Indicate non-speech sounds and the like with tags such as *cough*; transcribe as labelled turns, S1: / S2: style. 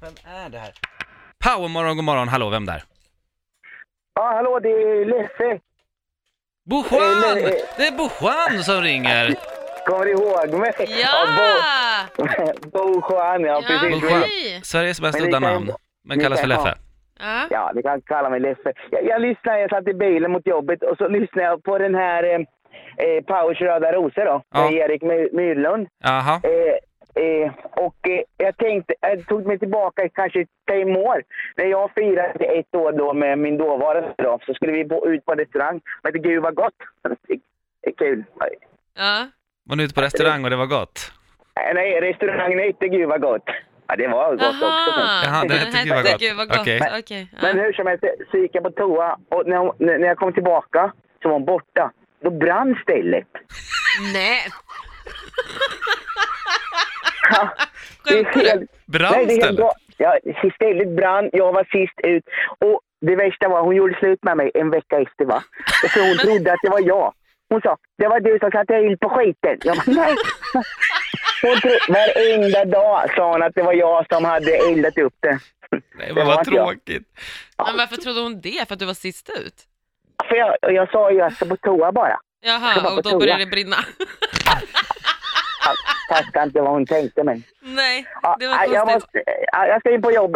S1: Vem är det här? Power morgon, god morgon, hallå, vem där?
S2: Ja, hallå, det är Leffe.
S1: Bojuan!
S2: Eh, eh, eh.
S1: Det är Bojuan som ringer.
S2: Kommer du ihåg mig?
S3: Ja!
S2: Bo *laughs* Juan, ja,
S3: Ja,
S2: precis.
S1: Bo Juan.
S3: hej!
S1: Sveriges mest
S2: Men vi
S1: udda
S2: kan-
S1: namn, men
S2: vi
S1: kallas för
S2: kan
S1: Leffe.
S2: ha-
S3: Ja.
S2: Ja, ni kan kalla mig Leffe. Jag, jag lyssnade, jag satt i bilen mot jobbet och så lyssnade jag på den här eh, eh, Powers röda rosor då,
S1: Ja.
S2: med Erik My- Myrlund.
S1: Jaha,
S2: Eh, eh, och eh, jag tänkte, jag tog mig tillbaka kanske fem år. När jag firade ett år då med min dåvarande då, så skulle vi bo, ut på en restaurang. Men det gud vad gott! Det är kul.
S3: Ja.
S1: var ni ute på restaurang och det var gott?
S2: Eh, Nej, restaurangen hette gud vad gott. Ja, det var gott också. men-
S3: Jaha,
S1: Jaha, det
S3: den
S1: hette
S3: hette
S1: Gud vad gott.
S3: Gud vad gott.
S1: Okej.
S3: Okej.
S2: Men
S3: ja.
S2: hur som helst, så gick jag på toa och när, hon, när när jag kom tillbaka så var hon borta. Då brann stället.
S3: Nej,
S2: Det är
S3: *laughs* skämtar du?
S2: helt-
S1: Brann
S2: det är helt
S1: stället?
S2: ga- Ja, stället brann. Jag var sist ut. Och det värsta var, hon gjorde slut med mig en vecka efter va. För hon trodde att det var jag. Hon sa, det var du som satte ild på skiten. Jag bara, nej. Hon tro, varenda dag sa hon att det var jag som hade eldat upp det.
S1: Nej,
S2: Det
S1: men
S2: var
S1: vad
S2: inte jag.
S1: tråkigt.
S3: Men varför trodde hon det? För att du var sist ut?
S2: För jag, jag sa ju att jag ska på toa bara. Jag
S3: Jaha,
S2: var på
S3: och då började
S2: toa.
S3: det brinna. *laughs*
S2: Fattar inte vad hon Ah, tänkte men.
S3: Nej,
S2: Ja,
S3: det var
S2: jag,
S3: konstigt.
S2: måste, ja, ah, jag ska in på jobbet.